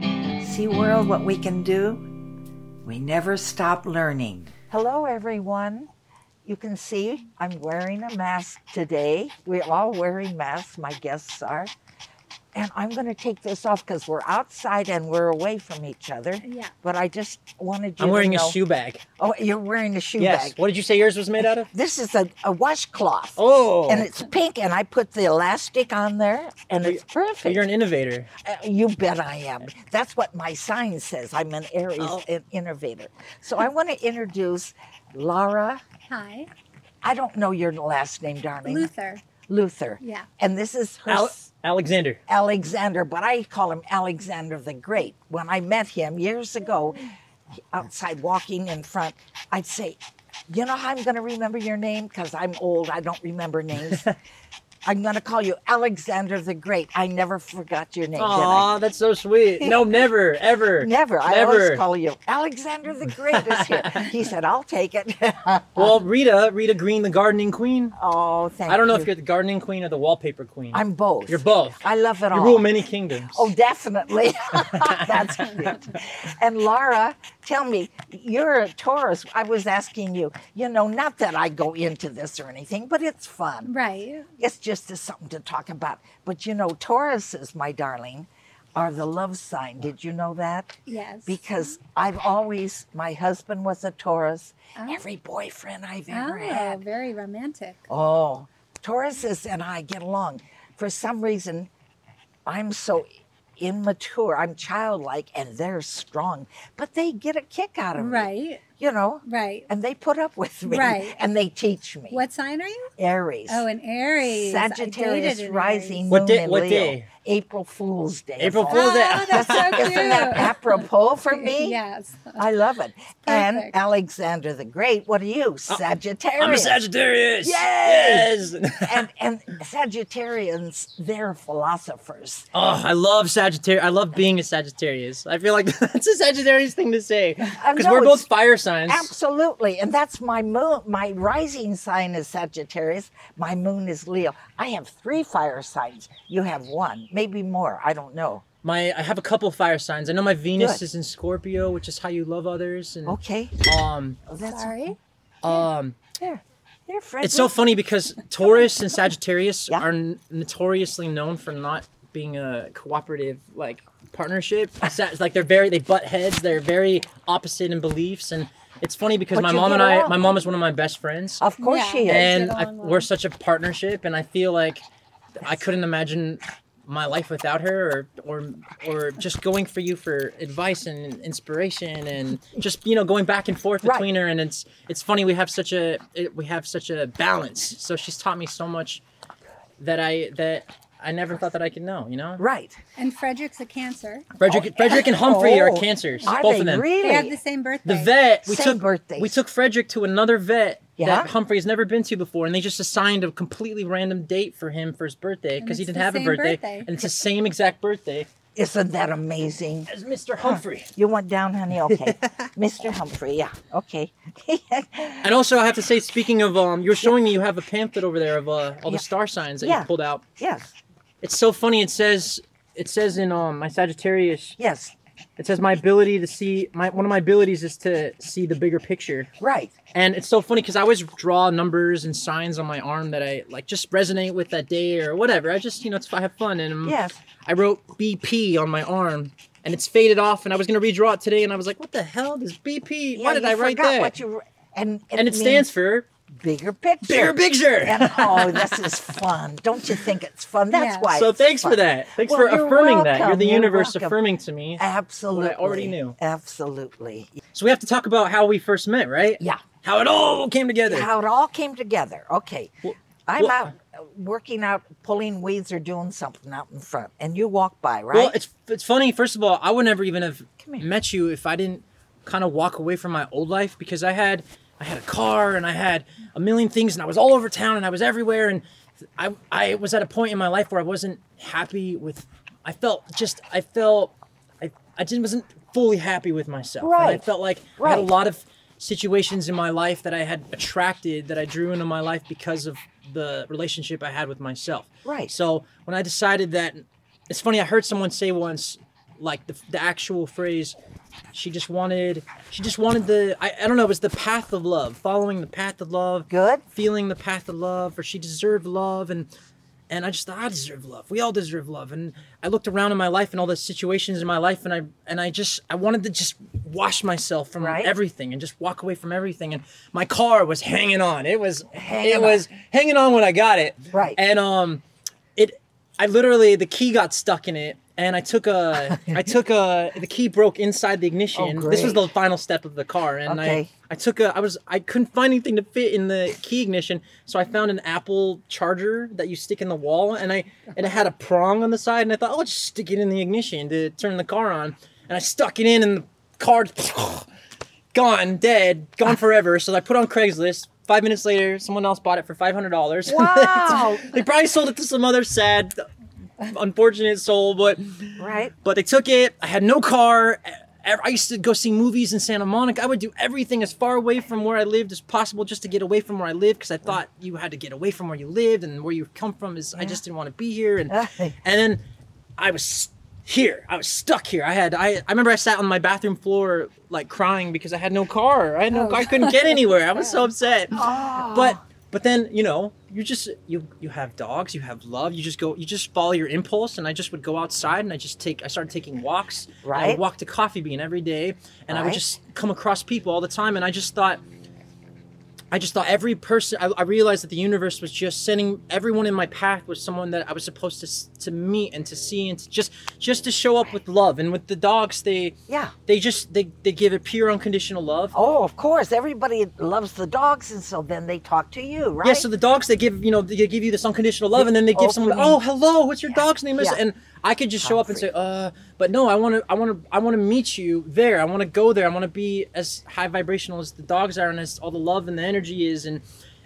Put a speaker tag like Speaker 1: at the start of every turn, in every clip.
Speaker 1: fantasy world, what we can do, we never stop learning.
Speaker 2: Hello, everyone. You can see I'm wearing a mask today. We're all wearing masks, my guests are. And I'm going to take this off because we're outside and we're away from each other.
Speaker 3: Yeah.
Speaker 2: But I just wanted you
Speaker 4: I'm wearing
Speaker 2: to
Speaker 4: a
Speaker 2: know.
Speaker 4: shoe bag.
Speaker 2: Oh, you're wearing a shoe
Speaker 4: yes.
Speaker 2: bag.
Speaker 4: What did you say yours was made out of?
Speaker 2: This is a, a washcloth.
Speaker 4: Oh.
Speaker 2: And it's pink, and I put the elastic on there, and it's
Speaker 4: So
Speaker 2: perfect.
Speaker 4: You're an innovator.
Speaker 2: Uh, you bet I am. That's what my sign says. I'm an Aries
Speaker 4: Oh.
Speaker 2: an innovator. So I want to introduce Laura.
Speaker 3: Hi.
Speaker 2: I don't know your last name, darling.
Speaker 3: Luther.
Speaker 2: Luther.
Speaker 3: Yeah.
Speaker 2: And this is her
Speaker 4: Al-
Speaker 2: s-
Speaker 4: Alexander.
Speaker 2: Alexander, but I call him Alexander the Great. When I met him years ago, outside walking in front, I'd say, You know how I'm going to remember your name? Because I'm old, I don't remember names. I'm going to call you Alexander the Great. I never forgot your name. did I?
Speaker 4: Aw, that's so sweet. No, never, ever.
Speaker 2: Never. I
Speaker 4: Never.
Speaker 2: always call you Alexander the Great is here. he said, I'll take it.
Speaker 4: Well, Rita, Rita Green, the gardening queen.
Speaker 2: oh, thank you.
Speaker 4: I don't know if you're the gardening queen or the wallpaper queen.
Speaker 2: I'm both.
Speaker 4: You're both.
Speaker 2: I love it
Speaker 4: You
Speaker 2: all.
Speaker 4: rule many kingdoms.
Speaker 2: Oh, definitely. That's cute. And Laura, tell me, you're a Taurus. I was asking you, you know, not that I go into this or anything, but it's fun.
Speaker 3: Right.
Speaker 2: It's just as something to talk about. But you know, Tauruses, my darling, are the love sign. Did you know that?
Speaker 3: Yes.
Speaker 2: Because I've always, my husband was a Taurus.
Speaker 3: Oh.
Speaker 2: Every boyfriend I've ever
Speaker 3: oh,
Speaker 2: had.
Speaker 3: very romantic.
Speaker 2: Oh, Tauruses and I get along. For some reason, I'm so immature. I'm childlike, and they're strong, but they get a kick out of me.
Speaker 3: Right.
Speaker 2: You know,
Speaker 3: Right.
Speaker 2: and they put up with me,
Speaker 3: Right.
Speaker 2: and they teach me.
Speaker 3: What sign are you?
Speaker 2: Aries?
Speaker 3: Oh, an Aries. I dated
Speaker 2: Sagittarius
Speaker 3: an
Speaker 2: rising.
Speaker 3: Aries. Oh,
Speaker 4: What
Speaker 2: moon
Speaker 4: day-
Speaker 2: in
Speaker 4: what
Speaker 2: Leo.
Speaker 4: day?
Speaker 2: April Fool's Day. is
Speaker 4: April
Speaker 2: all.
Speaker 4: Fool's Day.
Speaker 3: Oh, that's so cute.
Speaker 2: Isn't that apropos for me?
Speaker 3: Yes.
Speaker 2: I love it. And
Speaker 3: Perfect.
Speaker 2: Alexander the Great, what are
Speaker 4: Uh,
Speaker 2: you? Sagittarius.
Speaker 4: I'm a Sagittarius.
Speaker 2: Yes!
Speaker 4: Yes.
Speaker 2: and and Sagittarians, they're philosophers.
Speaker 4: Oh, I love Sagittarius. I love being a Sagittarius. I feel like that's a Sagittarius thing to say because
Speaker 2: know,
Speaker 4: we're both
Speaker 2: it's-
Speaker 4: fire signs.
Speaker 2: Absolutely, and that's my moon. My rising sign is Sagittarius. My moon is Leo. I have three fire signs. You have one, maybe more. I don't know.
Speaker 4: my I have a couple fire signs. I know my Venus
Speaker 2: Good.
Speaker 4: is in Scorpio, which is how you love others. And
Speaker 2: Okay,
Speaker 4: um
Speaker 2: Oh, that's
Speaker 3: Sorry.
Speaker 4: um,
Speaker 2: there. Here, Fred.
Speaker 4: it's so funny because Taurus and Sagittarius
Speaker 2: Yeah.
Speaker 4: are n- notoriously known for not being a cooperative like partnership. Sa- like they're very they butt heads. They're very opposite in beliefs, and it's funny because
Speaker 2: But
Speaker 4: my
Speaker 2: you
Speaker 4: mom
Speaker 2: get
Speaker 4: and I,
Speaker 2: along.
Speaker 4: my mom is one of my best friends.
Speaker 2: Of course
Speaker 3: Yeah.
Speaker 2: she is.
Speaker 3: Yeah.
Speaker 4: and
Speaker 3: get
Speaker 4: I,
Speaker 3: along well.
Speaker 4: we're such a partnership and i feel like i couldn't imagine my life without her or or or just going for you for advice and inspiration and just you know going back and forth
Speaker 2: Right.
Speaker 4: between her and it's it's funny we have such a it, we have such a balance so she's taught me so much that i that i never thought that i could know you know
Speaker 2: right.
Speaker 3: And Frederick's a cancer.
Speaker 4: frederick frederick and humphrey are
Speaker 2: Oh.
Speaker 4: cancers
Speaker 2: Are
Speaker 4: both
Speaker 2: they
Speaker 4: of them
Speaker 2: really?
Speaker 3: They have the same birthday.
Speaker 4: the vet we
Speaker 2: Same
Speaker 4: took
Speaker 2: birthdays.
Speaker 4: we took Frederick to another vet
Speaker 2: Yeah?
Speaker 4: that Humphrey's never been to before, and they just assigned a completely random date for him for his birthday because he
Speaker 3: it's
Speaker 4: didn't
Speaker 3: the
Speaker 4: have a
Speaker 3: same
Speaker 4: birthday,
Speaker 3: birthday.
Speaker 4: and it's the same exact birthday
Speaker 2: Isn't that amazing?
Speaker 4: as Mr. Humphrey.
Speaker 2: You went down, honey. Okay, Mr. Humphrey. Yeah. Okay.
Speaker 4: And also, I have to say, speaking of um, you were showing me you have a pamphlet over there of uh,
Speaker 2: Yeah.
Speaker 4: all the star signs that
Speaker 2: Yeah.
Speaker 4: you pulled out.
Speaker 2: yes.
Speaker 4: It's so funny. It says it says in um my Sagittarius,
Speaker 2: Yes.
Speaker 4: it says my ability to see my one of my abilities is to see the bigger picture.
Speaker 2: Right.
Speaker 4: And it's so funny because I always draw numbers and signs on my arm that I like just resonate with that day or whatever. I just, you know, it's, I have fun. And um,
Speaker 2: Yes.
Speaker 4: I wrote BP on my arm and it's faded off. And I was going to redraw it today. And I was like, what the hell is BP?
Speaker 2: Yeah,
Speaker 4: Why did
Speaker 2: you
Speaker 4: I write
Speaker 2: forgot
Speaker 4: that?
Speaker 2: What you, and it,
Speaker 4: and it stands for
Speaker 2: for bigger picture.
Speaker 4: bigger picture.
Speaker 2: and oh, this is fun. Don't you think it's fun? That's
Speaker 3: Yeah.
Speaker 2: why.
Speaker 4: So
Speaker 2: it's
Speaker 4: thanks for
Speaker 2: fun.
Speaker 4: that. Thanks
Speaker 2: Well,
Speaker 4: for
Speaker 2: you're
Speaker 4: affirming that. You're
Speaker 2: welcome.
Speaker 4: the
Speaker 2: You're
Speaker 4: universe
Speaker 2: welcome.
Speaker 4: affirming to me.
Speaker 2: Absolutely.
Speaker 4: knew.
Speaker 2: Absolutely.
Speaker 4: So we have to talk about how we first met, right?
Speaker 2: Yeah.
Speaker 4: How it all came together.
Speaker 2: How it all came together. Okay.
Speaker 4: Well-
Speaker 2: I'm
Speaker 4: well-
Speaker 2: out uh, working out, pulling weeds or doing something out in front, and you walk by, right?
Speaker 4: Well, it's it's funny. First of all, I would never even have
Speaker 2: Come here.
Speaker 4: met you if I didn't kind of walk away from my old life because I had I had a car and I had a million things and I was all over town and I was everywhere and I I was at a point in my life where I wasn't happy with I felt just I felt I I didn't wasn't fully happy with myself. And I
Speaker 2: Right.
Speaker 4: felt like I had a
Speaker 2: Right.
Speaker 4: lot of situations in my life that I had attracted that I drew into my life because of the relationship I had with myself.
Speaker 2: Right.
Speaker 4: So when I decided that, it's funny. I heard someone say once, like the, the actual phrase she just wanted she just wanted the I, I don't know it was the path of love following the path of love
Speaker 2: Good.
Speaker 4: feeling the path of love or she deserved love and and i just thought i deserve love we all deserve love and i looked around in my life and all the situations in my life and i and i just i wanted to just wash myself from
Speaker 2: Right.
Speaker 4: everything and just walk away from everything and my car was hanging on it was
Speaker 2: Hanging
Speaker 4: it
Speaker 2: on.
Speaker 4: was hanging on when i got it
Speaker 2: Right.
Speaker 4: and um it i literally the key got stuck in it and i took a i took a the key broke inside the ignition
Speaker 2: Oh,
Speaker 4: this was
Speaker 2: great.
Speaker 4: the final step of the car and
Speaker 2: Okay.
Speaker 4: i I took a I was I couldn't find anything to fit in the key ignition, so I found an Apple charger that you stick in the wall and I and it had a prong on the side and I thought, oh, I'll just stick it in the ignition to turn the car on. And I stuck it in and the car gone, dead, gone forever. So I put on Craigslist. Five minutes later, someone else bought it for five hundred dollars.
Speaker 2: Wow.
Speaker 4: they probably sold it to some other sad unfortunate soul, but
Speaker 2: Right.
Speaker 4: but they took it. I had no car. E, I I used to go see movies in Santa Monica. I would do everything as far away from where I lived as possible just to get away from where I lived because I thought you had to get away from where you lived and where you come from is I just didn't want to be here. And and then I was here. I was stuck here. I had I, I remember I sat on my bathroom floor like crying because I had no car. I had no I couldn't get anywhere. I was so upset. But but then, you know, you just you you have dogs, you have love, you just go you just follow your impulse and I just would go outside and I just take I started taking walks. and I
Speaker 2: Right.
Speaker 4: would walk to coffee bean every day and I would
Speaker 2: Right.
Speaker 4: just come across people all the time and I just thought I just thought every person. I, I realized that the universe was just sending everyone in my path was someone that I was supposed to s- to meet and to see and to just just to show up with love. And with the dogs, they
Speaker 2: Yeah.
Speaker 4: they just they they give it pure unconditional love.
Speaker 2: Oh, of course. Everybody loves the dogs, and so then they talk to you, right? E,
Speaker 4: Yeah, so the dogs they give you know they give you this unconditional love, and then they give someone,
Speaker 2: Opening.
Speaker 4: oh hello, what's your dog's name? Is?
Speaker 2: Yeah.
Speaker 4: And I could just show up and say, uh, but no, I want to, I want to, I want to meet you there. I want to go there. I want to be as high vibrational as the dogs are, and as all the love and the energy is, and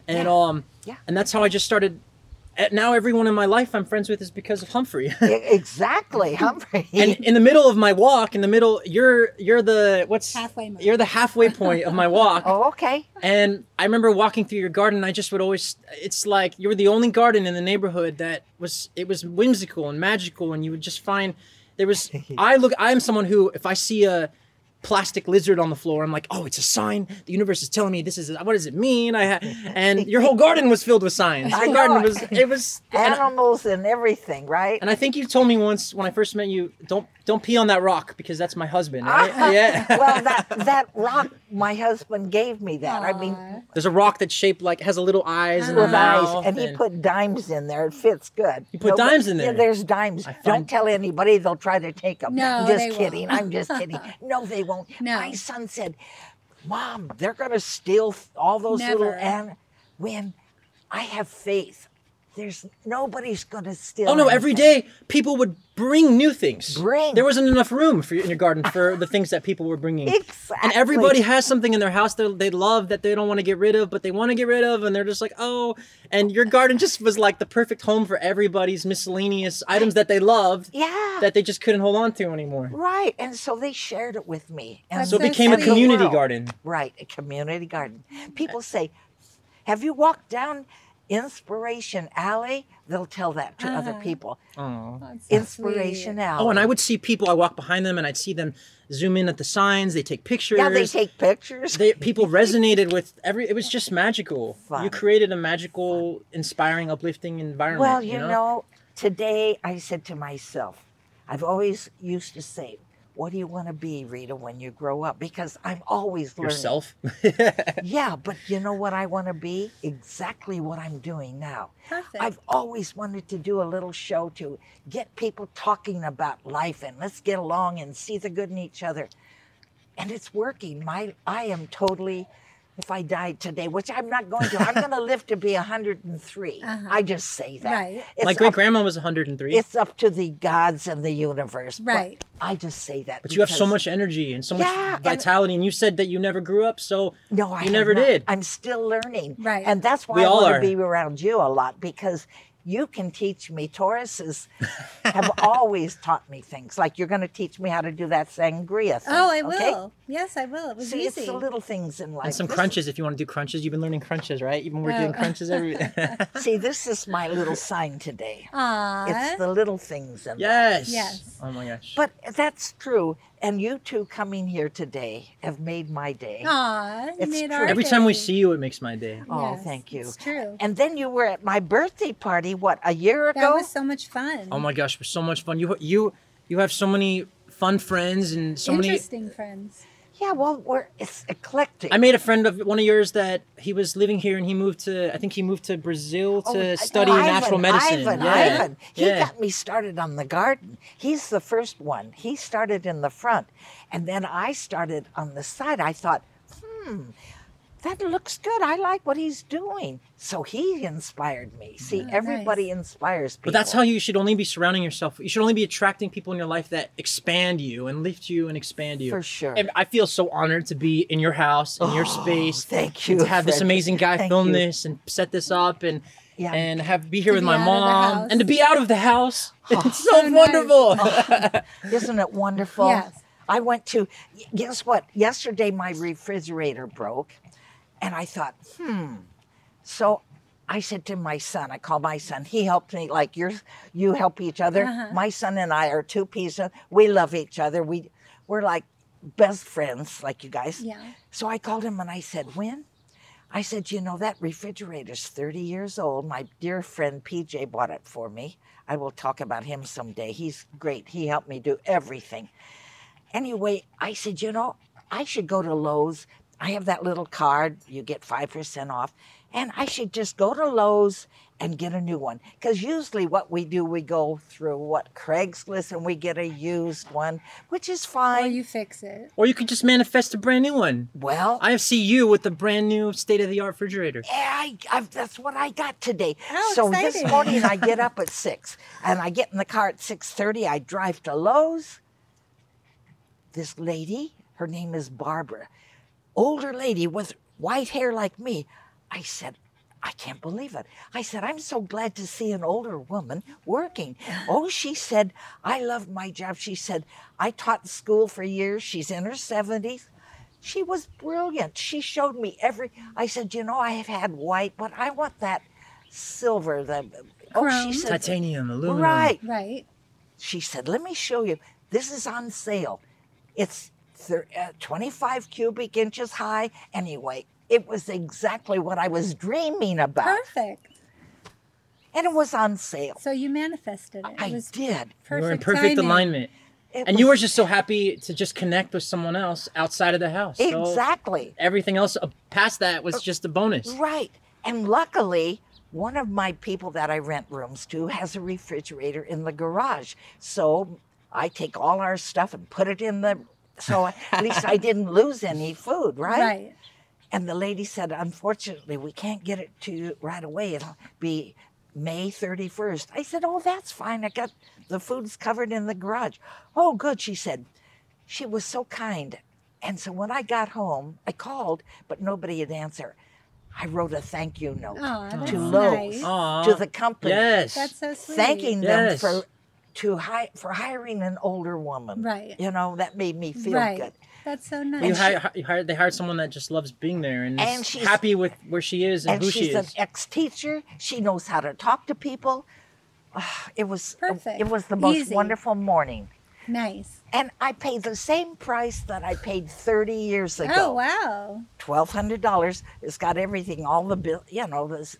Speaker 4: and um,
Speaker 2: Yeah.
Speaker 4: and that's how I just started. and Now everyone in my life I'm friends with is because of Humphrey.
Speaker 2: E- exactly, Humphrey.
Speaker 4: and in the middle of my walk, in the middle, you're you're the what's
Speaker 3: Halfway mark.
Speaker 4: you're the halfway point of my walk.
Speaker 2: oh, okay.
Speaker 4: And I remember walking through your garden. And I just would always. It's like you were the only garden in the neighborhood that was. It was whimsical and magical, and you would just find there was. I look. I am someone who, if I see a plastic lizard on the floor, I'm like, oh, it's a sign. The universe is telling me this is. What does it mean? I ha-. and your whole garden was filled with signs.
Speaker 2: I
Speaker 4: Your garden
Speaker 2: know.
Speaker 4: was. It was. and I-
Speaker 2: Animals and everything, right?
Speaker 4: and I think you told me once when I first met you, don't don't pee on that rock because that's my husband. Right? yeah.
Speaker 2: well, that that rock my husband gave me that. I mean,
Speaker 4: There's a rock that's shaped like has a little eyes and a
Speaker 2: with eyes,
Speaker 4: mouth
Speaker 2: and he put dimes in there. It fits good. You
Speaker 4: put dimes in
Speaker 2: Yeah,
Speaker 4: there.
Speaker 2: there's dimes. Don't
Speaker 4: found-
Speaker 2: tell anybody; they'll try to take them.
Speaker 3: No,
Speaker 2: I'm just
Speaker 3: they
Speaker 2: kidding.
Speaker 3: won't.
Speaker 2: I'm just kidding. No, they won't.
Speaker 3: No.
Speaker 2: My son said, "Mom, they're gonna steal f- all those little."
Speaker 3: Never.
Speaker 2: And when I have faith, there's nobody's gonna steal.
Speaker 4: Oh no!
Speaker 2: anything.
Speaker 4: Every day, people would bring new things.
Speaker 2: Bring.
Speaker 4: There wasn't enough room for in your garden for the things that people were bringing. And
Speaker 2: Exactly.
Speaker 4: everybody has something in their house that they love that they don't want to get rid of, but they want to get rid of, and they're just like, oh. And your garden just was like the perfect home for everybody's miscellaneous items that they loved.
Speaker 2: Yeah.
Speaker 4: That they just couldn't hold on to anymore.
Speaker 2: Right, and so they shared it with me, and
Speaker 3: That's
Speaker 4: So it
Speaker 3: So
Speaker 4: became a
Speaker 3: sweet.
Speaker 4: community
Speaker 2: Wow.
Speaker 4: garden.
Speaker 2: Right, a community garden. People say, Have you walked down Inspiration Alley? They'll tell that to other people.
Speaker 3: Oh, That's so
Speaker 2: Inspiration Alley.
Speaker 4: Uh-huh. Oh, and I would see people. I walk behind them, and I'd see them zoom in at the signs. They take pictures.
Speaker 2: yeah, they take pictures.
Speaker 4: they people resonated with every it was just magical
Speaker 2: Fun.
Speaker 4: you created a magical inspiring uplifting environment
Speaker 2: well, you know, today I said to myself, I've always used to say, What do you want to be, Rita, when you grow up? Because I'm always learning.
Speaker 4: yourself
Speaker 2: Yeah, but you know what I want to be? Exactly what I'm doing now.
Speaker 3: Perfect.
Speaker 2: I've always wanted to do a little show to get people talking about life and let's get along and see the good in each other. And it's working. My I am totally if I died today, which I'm not going to, I'm going to live to be 103. I just say that.
Speaker 3: Uh-huh. Right.
Speaker 2: It's
Speaker 4: my great
Speaker 2: up,
Speaker 4: grandma was 103
Speaker 2: it's up to the gods and the universe. but
Speaker 3: Right.
Speaker 2: I just say that.
Speaker 4: but you have so
Speaker 2: because-
Speaker 4: much energy and so
Speaker 2: Yeah,
Speaker 4: much
Speaker 2: and-
Speaker 4: vitality and, you said that you never grew up so
Speaker 2: No, I have
Speaker 4: you never
Speaker 2: not.
Speaker 4: did
Speaker 2: I'm still learning.
Speaker 3: Right.
Speaker 2: And that's why
Speaker 4: We
Speaker 2: I
Speaker 4: all
Speaker 2: want
Speaker 4: are.
Speaker 2: to be around you a lot because you can teach me. Tauruses have always taught me things. Like you're going to teach me how to do that sangria thing.
Speaker 3: Oh, I will.
Speaker 2: okay?
Speaker 3: Yes, I will. It was
Speaker 2: See,
Speaker 3: easy.
Speaker 2: it's the little things in life.
Speaker 4: And some
Speaker 2: This-
Speaker 4: crunches if you want to do crunches. You've been learning crunches, right? Even we're doing
Speaker 3: Oh.
Speaker 4: crunches every.
Speaker 2: See, this is my little sign today.
Speaker 3: Aw.
Speaker 2: It's the little things in life.
Speaker 4: yes.
Speaker 3: Yes.
Speaker 4: Oh my gosh.
Speaker 2: But that's true. And you two coming here today have made my day.
Speaker 3: Aw, you
Speaker 2: It's
Speaker 3: made
Speaker 2: true.
Speaker 3: our
Speaker 4: every time we
Speaker 3: day.
Speaker 4: see you, it makes my day.
Speaker 2: Oh,
Speaker 3: Yes,
Speaker 2: thank you.
Speaker 3: It's true.
Speaker 2: And then you were at my birthday party, what, a year
Speaker 3: that
Speaker 2: ago?
Speaker 3: was so much fun.
Speaker 4: Oh my gosh, it was so much fun. You you you have so many fun friends and so many.
Speaker 3: Interesting friends.
Speaker 2: yeah, well, we're, it's eclectic.
Speaker 4: I made a friend of one of yours that he was living here and he moved to I think he moved to Brazil
Speaker 2: Oh,
Speaker 4: to
Speaker 2: I-
Speaker 4: study
Speaker 2: Ivan,
Speaker 4: natural medicine.
Speaker 2: Ivan,
Speaker 4: yeah.
Speaker 2: Ivan. He
Speaker 4: yeah.
Speaker 2: got me started on the garden. He's the first one. He started in the front, and then I started on the side. I thought, hmm, that looks good. I like what he's doing. So he inspired me. See, everybody inspires people.
Speaker 4: But that's how you should only be surrounding yourself. You should only be attracting people in your life that expand you and lift you and expand you.
Speaker 2: For sure. Oh,
Speaker 4: And I feel so honored to be in your house, in your space.
Speaker 2: thank
Speaker 4: and
Speaker 2: you,
Speaker 4: To have this
Speaker 2: Fred.
Speaker 4: amazing guy
Speaker 2: Thank
Speaker 4: film
Speaker 2: you.
Speaker 4: this and set this up and
Speaker 2: Yeah.
Speaker 4: and have be here with
Speaker 3: be
Speaker 4: my
Speaker 3: out of the
Speaker 4: mom
Speaker 3: house.
Speaker 4: and to be out of the house.
Speaker 2: Oh,
Speaker 4: it's so,
Speaker 3: So nice.
Speaker 4: wonderful.
Speaker 2: Isn't it wonderful?
Speaker 3: Yes.
Speaker 2: I went to, y- guess what? Yesterday my refrigerator broke and I thought, hmm. So I said to my son, I called my son, he helped me, like you're, you help each other. My son and I are two peas. in- We love each other. We, we're like best friends, like you guys.
Speaker 3: Yeah.
Speaker 2: So I called him and I said, when? I said, you know, that refrigerator's 30 years old. My dear friend PJ bought it for me. I will talk about him someday. He's great. He helped me do everything. Anyway, I said, you know, I should go to Lowe's. I have that little card, you get 5% off. And I should just go to Lowe's and get a new one. Because usually what we do, we go through what Craigslist and we get a used one, which is
Speaker 3: Or
Speaker 2: fine.
Speaker 3: you fix it.
Speaker 4: or you could just manifest a brand new one.
Speaker 2: well, eh,
Speaker 4: I see you with the brand new state of the art refrigerator.
Speaker 2: I, I, that's what I got today.
Speaker 3: How
Speaker 2: so this
Speaker 3: exciting.
Speaker 2: morning I get up at six, and I get in the car at six thirty. I drive to Lowe's. This lady, her name is Barbara, older lady with white hair like me. I said, I can't believe it. I said, I'm so glad to see an older woman working. Oh, she said, I love my job. She said, I taught in school for years. She's in her 70s. She was brilliant. She showed me every. I said, you know, I have had white, but I want that silver. The oh, she
Speaker 3: Chrome.
Speaker 2: said,
Speaker 4: Titanium, aluminum.
Speaker 2: right.
Speaker 3: Right.
Speaker 2: She said, let me show you. This is on sale. It's thir- uh, 25 cubic inches high. Anyway, it was exactly what I was dreaming about,
Speaker 3: Perfect.
Speaker 2: and it was on sale.
Speaker 3: So you manifested it.
Speaker 2: I
Speaker 3: it was
Speaker 2: did.
Speaker 4: You
Speaker 3: perfect.
Speaker 4: were in perfect
Speaker 3: timing.
Speaker 4: alignment.
Speaker 2: It
Speaker 4: and you were
Speaker 2: was-
Speaker 4: just so happy to just connect with someone else outside of the house. So
Speaker 2: Exactly.
Speaker 4: everything else uh, past that was just a bonus.
Speaker 2: Oh, Right. And luckily, one of my people that I rent rooms to has a refrigerator in the garage. So I take all our stuff and put it in the. So at least I didn't lose any food, right?
Speaker 3: Right.
Speaker 2: And the lady said, unfortunately, we can't get it to you right away. It'll be May 31st. I said, oh, that's fine. I got the food's covered in the garage. Oh, good, she said. She was so kind. And so when I got home, I called, but nobody had answered. I wrote a thank you note
Speaker 3: Aw, that's
Speaker 2: to Lowe's,
Speaker 3: nice.
Speaker 4: Aw.
Speaker 2: to the company,
Speaker 4: Yes.
Speaker 3: That's so sweet.
Speaker 2: thanking
Speaker 4: Yes.
Speaker 2: them for to hi- for hiring an older woman.
Speaker 3: Right.
Speaker 2: You know, that made me feel
Speaker 3: right.
Speaker 2: good.
Speaker 3: That's so
Speaker 4: you
Speaker 3: nice.
Speaker 4: hired, you hired, they hired someone that just loves being there and,
Speaker 2: And
Speaker 4: is
Speaker 2: she's-
Speaker 4: happy with where she is and,
Speaker 2: and
Speaker 4: who she
Speaker 2: she's an
Speaker 4: is.
Speaker 2: ex-teacher. She knows how to talk to people. Ah, It was
Speaker 3: Perfect.
Speaker 2: It was the most
Speaker 3: Easy.
Speaker 2: wonderful morning,
Speaker 3: nice.
Speaker 2: and I paid the same price that I paid 30 years ago.
Speaker 3: Oh wow.
Speaker 2: Twelve hundred dollars. It's got everything, all the bill, you know, this,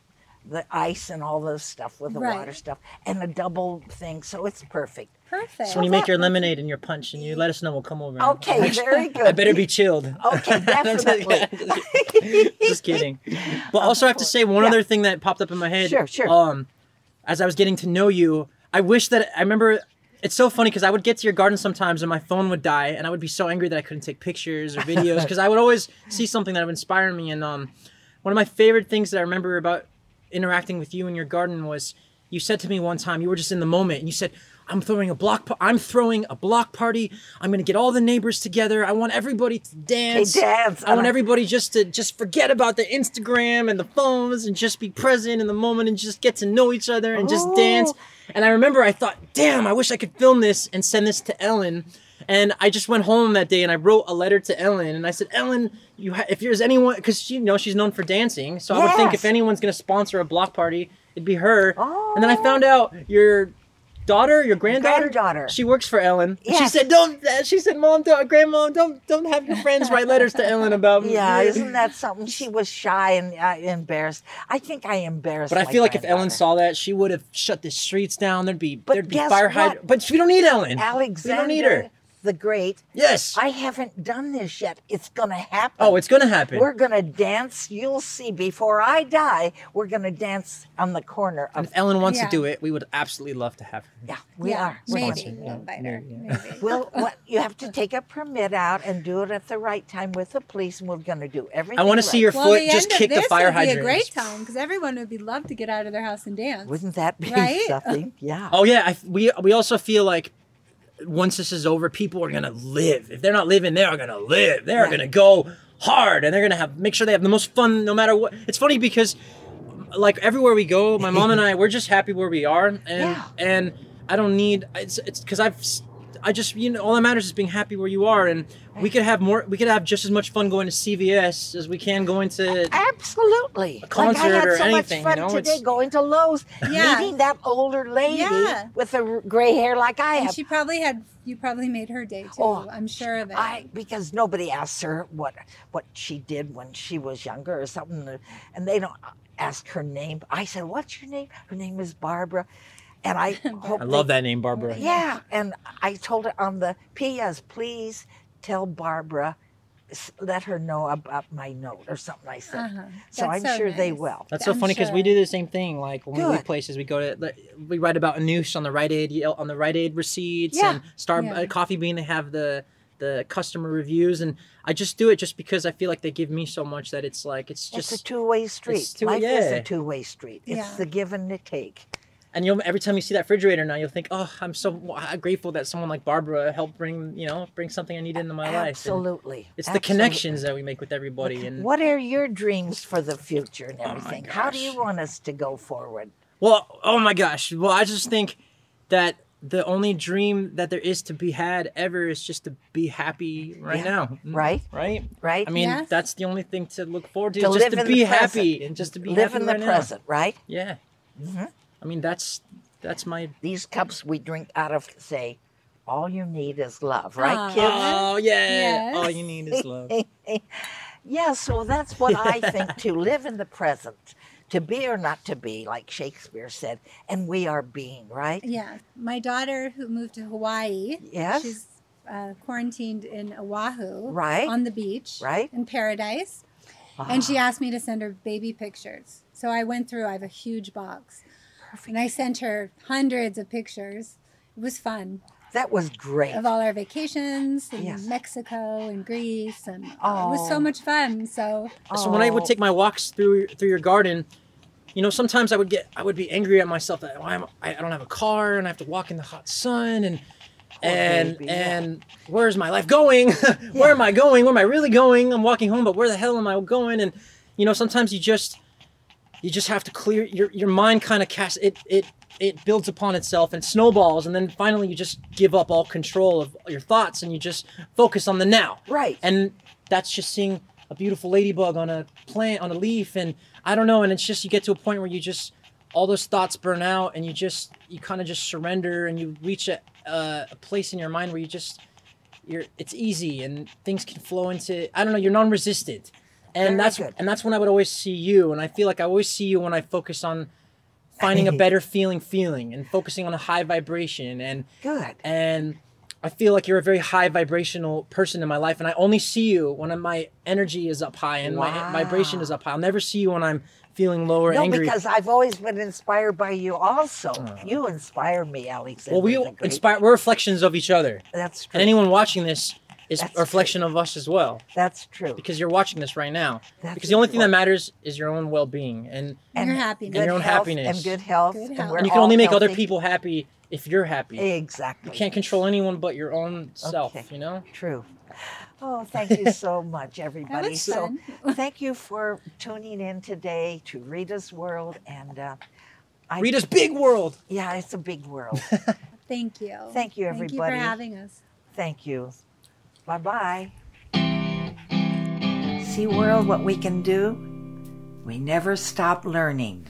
Speaker 2: the ice and all the stuff with the
Speaker 3: Right.
Speaker 2: water stuff, and a double thing. So it's perfect.
Speaker 3: Perfect.
Speaker 4: So when you make your lemonade and your punch and you let us know, we'll come over. and-
Speaker 2: Okay, very good.
Speaker 4: I better be chilled.
Speaker 2: Okay, definitely.
Speaker 4: just kidding. But also, I have to say one
Speaker 2: Yeah.
Speaker 4: other thing that popped up in my head.
Speaker 2: Sure, sure.
Speaker 4: Um, as I was getting to know you, I wish that I remember. It's so funny because I would get to your garden sometimes and my phone would die, and I would be so angry that I couldn't take pictures or videos because I would always see something that would inspire me. And um, one of my favorite things that I remember about interacting with you in your garden was you said to me one time you were just in the moment and you said I'm throwing a block. Pa- I'm throwing a block party. I'm gonna get all the neighbors together. I want everybody to dance.
Speaker 2: dance. Uh-huh.
Speaker 4: I want everybody just to just forget about the Instagram and the phones and just be present in the moment and just get to know each other and just dance. And I remember I thought, damn, I wish I could film this and send this to Ellen. And I just went home that day and I wrote a letter to Ellen and I said, Ellen, you ha- if there's anyone, because she you know she's known for dancing, so I would think
Speaker 2: Yes.
Speaker 4: if anyone's gonna sponsor a block party, it'd be her. And then I found out your daughter, your granddaughter,
Speaker 2: Granddaughter.
Speaker 4: she works for Ellen. She
Speaker 2: Yes.
Speaker 4: said, "Don't." uh, She said, "Mom, don't, grandma, don't, don't have your friends write letters to Ellen about me."
Speaker 2: Yeah, isn't that something? She was shy and uh, embarrassed. I think I embarrassed.
Speaker 4: But I
Speaker 2: my
Speaker 4: feel like if Ellen
Speaker 2: granddaughter.
Speaker 4: saw that, she would have shut the streets down. There'd be
Speaker 2: But
Speaker 4: there'd be
Speaker 2: guess
Speaker 4: fire
Speaker 2: what?
Speaker 4: hydrant. But we don't need Ellen.
Speaker 2: Alexander
Speaker 4: We don't need her.
Speaker 2: the Great,
Speaker 4: Yes.
Speaker 2: I haven't done this yet. It's gonna happen.
Speaker 4: oh, it's gonna happen.
Speaker 2: We're gonna dance. You'll see. Before I die, we're gonna dance on the corner of.
Speaker 4: if Ellen wants
Speaker 3: Yeah.
Speaker 4: to do it, we would absolutely love to have her.
Speaker 2: Yeah, we
Speaker 3: Yeah,
Speaker 2: are. We're
Speaker 3: Maybe.
Speaker 4: sponsored,
Speaker 3: We'll
Speaker 4: yeah,
Speaker 3: bite her.
Speaker 4: maybe,
Speaker 3: Maybe.
Speaker 2: Well, what, you have to take a permit out and do it at the right time with the police, and we're going to do everything.
Speaker 4: I want to see your
Speaker 2: right.
Speaker 3: Well,
Speaker 4: foot just kick the fire
Speaker 3: would
Speaker 4: hydrant.
Speaker 3: be a great time because everyone would be love to get out of their house and dance.
Speaker 2: Wouldn't that be
Speaker 3: Right?
Speaker 2: something? Yeah.
Speaker 4: Oh yeah, I, we we also feel like once this is over, people are gonna live. If they're not living, they are gonna live. They are
Speaker 2: Right.
Speaker 4: gonna go hard, and they're gonna have make sure they have the most fun, no matter what. It's funny because, like everywhere we go, my mom and I, we're just happy where we are, and
Speaker 2: Yeah.
Speaker 4: and I don't need it's it's because I've. s- I just you know all that matters is being happy where you are, and we could have more. We could have just as much fun going to CVS as we can going to.
Speaker 2: Absolutely. like
Speaker 4: concert
Speaker 2: I had
Speaker 4: or
Speaker 2: so
Speaker 4: anything, you
Speaker 2: much fun
Speaker 4: know,
Speaker 2: today
Speaker 4: it's-
Speaker 2: going to Lowe's,
Speaker 3: Yeah.
Speaker 2: meeting that older lady
Speaker 3: Yeah.
Speaker 2: with the r- gray hair like I
Speaker 3: and
Speaker 2: have.
Speaker 3: she probably had you probably made her day too.
Speaker 2: Oh,
Speaker 3: I'm sure of it.
Speaker 2: I because nobody asks her what what she did when she was younger or something, uh, and they don't ask her name. I said, "What's your name?" Her name is Barbara, and I hope
Speaker 4: I love
Speaker 2: they-
Speaker 4: that name, Barbara.
Speaker 2: Yeah, and I told her on the PS, please tell Barbara, s- let her know about my note or something. I said,
Speaker 3: Uh-huh.
Speaker 2: so I'm
Speaker 3: That's so
Speaker 2: sure they
Speaker 3: nice.
Speaker 2: will.
Speaker 4: That's so
Speaker 3: I'm
Speaker 4: funny because we
Speaker 3: sure.
Speaker 4: do the same thing. Like when we leave
Speaker 2: Good.
Speaker 4: places, we go to like, we write about Anoush on the Rite Aid you know, on the Rite Aid receipts
Speaker 2: Yeah.
Speaker 4: and Star
Speaker 3: Yeah.
Speaker 4: uh, Coffee Bean. They have the the customer reviews, and I just do it just because I feel like they give me so much that it's like it's
Speaker 2: It's
Speaker 4: just
Speaker 2: a two-way street.
Speaker 4: two-
Speaker 2: Life is
Speaker 4: yeah.
Speaker 2: a two-way street. It's
Speaker 3: Yeah.
Speaker 2: the give and the take.
Speaker 4: and you'll every time you see that refrigerator now, you'll think, oh, I'm so w- grateful that someone like Barbara helped bring you know bring something I needed into my life. And
Speaker 2: Absolutely.
Speaker 4: It's the
Speaker 2: Absolutely.
Speaker 4: connections that we make with everybody, and
Speaker 2: What are your dreams for the future and everything? How do
Speaker 4: Oh gosh.
Speaker 2: you want us to go forward?
Speaker 4: Well, oh my gosh. Well, I just think that the only dream that there is to be had ever is just to be happy right
Speaker 2: Yeah. Mm-hmm.
Speaker 4: now.
Speaker 2: Right?
Speaker 4: Right?
Speaker 2: Right?
Speaker 4: Mm. I mean,
Speaker 3: Yes.
Speaker 4: that's the only thing to look forward to,
Speaker 2: To
Speaker 4: just
Speaker 2: live
Speaker 4: to
Speaker 2: in
Speaker 4: be
Speaker 2: the
Speaker 4: happy
Speaker 2: present.
Speaker 4: and just to be
Speaker 2: Live
Speaker 4: happy
Speaker 2: in the
Speaker 4: right now.
Speaker 2: present, Mm-hmm. right?
Speaker 4: Yeah. I mean, that's that's my
Speaker 2: These cups we drink out of say, all you need is love, right,
Speaker 3: Ah.
Speaker 2: kids?
Speaker 4: Oh, yeah.
Speaker 3: Yes.
Speaker 4: All you need is love.
Speaker 2: Yes, well, that's what I think too. Live in the present, to be or not to be, like Shakespeare said, and we are being, right?
Speaker 3: Yeah, my daughter who moved to Hawaii.
Speaker 2: Yes.
Speaker 3: she's uh, quarantined in Oahu.
Speaker 2: Right.
Speaker 3: on the beach.
Speaker 2: Right.
Speaker 3: in paradise, and she asked me to send her baby pictures. So I went through. I have a huge box, and I sent her hundreds of pictures. It was fun
Speaker 2: That was great.
Speaker 3: of all our vacations in
Speaker 2: Yes.
Speaker 3: Mexico and Greece, and uh, it was so
Speaker 2: Oh.
Speaker 3: much fun. So
Speaker 4: So when I would
Speaker 2: Oh.
Speaker 4: take my walks through through your garden, you know, sometimes I would get I would be angry at myself that why am I, I don't have a car and I have to walk in the hot sun and and
Speaker 2: baby, yeah.
Speaker 4: and where's my life going? where am I going? Where am I really going? I'm walking home, but where the hell am I going? And you know, sometimes you just you just have to clear your your mind kind of casts it it it builds upon itself and snowballs and then finally you just give up all control of your thoughts and you just focus on the now
Speaker 2: Right.
Speaker 4: and that's just seeing a beautiful ladybug on a plant on a leaf and i don't know and it's just you get to a point where you just all those thoughts burn out and you just you kind of just surrender and you reach a, uh, a place in your mind where you just you're it's easy and things can flow into i don't know you're non-resistant and
Speaker 2: Very
Speaker 4: that's
Speaker 2: good.
Speaker 4: and that's when i would always see you and i feel like i always see you when i focus on finding a better feeling feeling and focusing on a high vibration and
Speaker 2: Good.
Speaker 4: and I feel like you're a very high vibrational person in my life, and I only see you when my energy is up high and
Speaker 2: Wow.
Speaker 4: my vibration is up high. I'll never see you when I'm feeling low or
Speaker 2: no,
Speaker 4: angry.
Speaker 2: because I've always been inspired by you. Also, you inspire me, Alexander.
Speaker 4: well, we
Speaker 2: the Great.
Speaker 4: inspire. We're reflections of each other,
Speaker 2: That's true.
Speaker 4: and anyone watching this is
Speaker 2: That's
Speaker 4: a reflection of us as well.
Speaker 2: That's true.
Speaker 4: Because you're watching this right now.
Speaker 2: That's
Speaker 4: because the only thing that
Speaker 2: true.
Speaker 4: matters is your own well-being, and
Speaker 3: your
Speaker 2: And
Speaker 3: happiness.
Speaker 4: your own
Speaker 2: health
Speaker 4: happiness.
Speaker 2: And good health.
Speaker 3: Good
Speaker 2: and
Speaker 3: health.
Speaker 2: we're
Speaker 4: and you can
Speaker 2: all
Speaker 4: only make other
Speaker 2: healthy.
Speaker 4: people happy if you're happy.
Speaker 2: Exactly.
Speaker 4: You can't control anyone but your own self,
Speaker 2: Okay.
Speaker 4: you know?
Speaker 2: True. Oh, thank you so much, everybody.
Speaker 3: was
Speaker 2: so,
Speaker 3: fun.
Speaker 2: thank you for tuning in today to Rita's World, and uh, I,
Speaker 4: Rita's big world.
Speaker 2: yeah, it's a big world.
Speaker 3: Thank you.
Speaker 2: Thank you,
Speaker 3: Thank you for
Speaker 2: everybody.
Speaker 3: having us.
Speaker 2: thank you. Bye bye.
Speaker 1: See, world, what we can do? We never stop learning.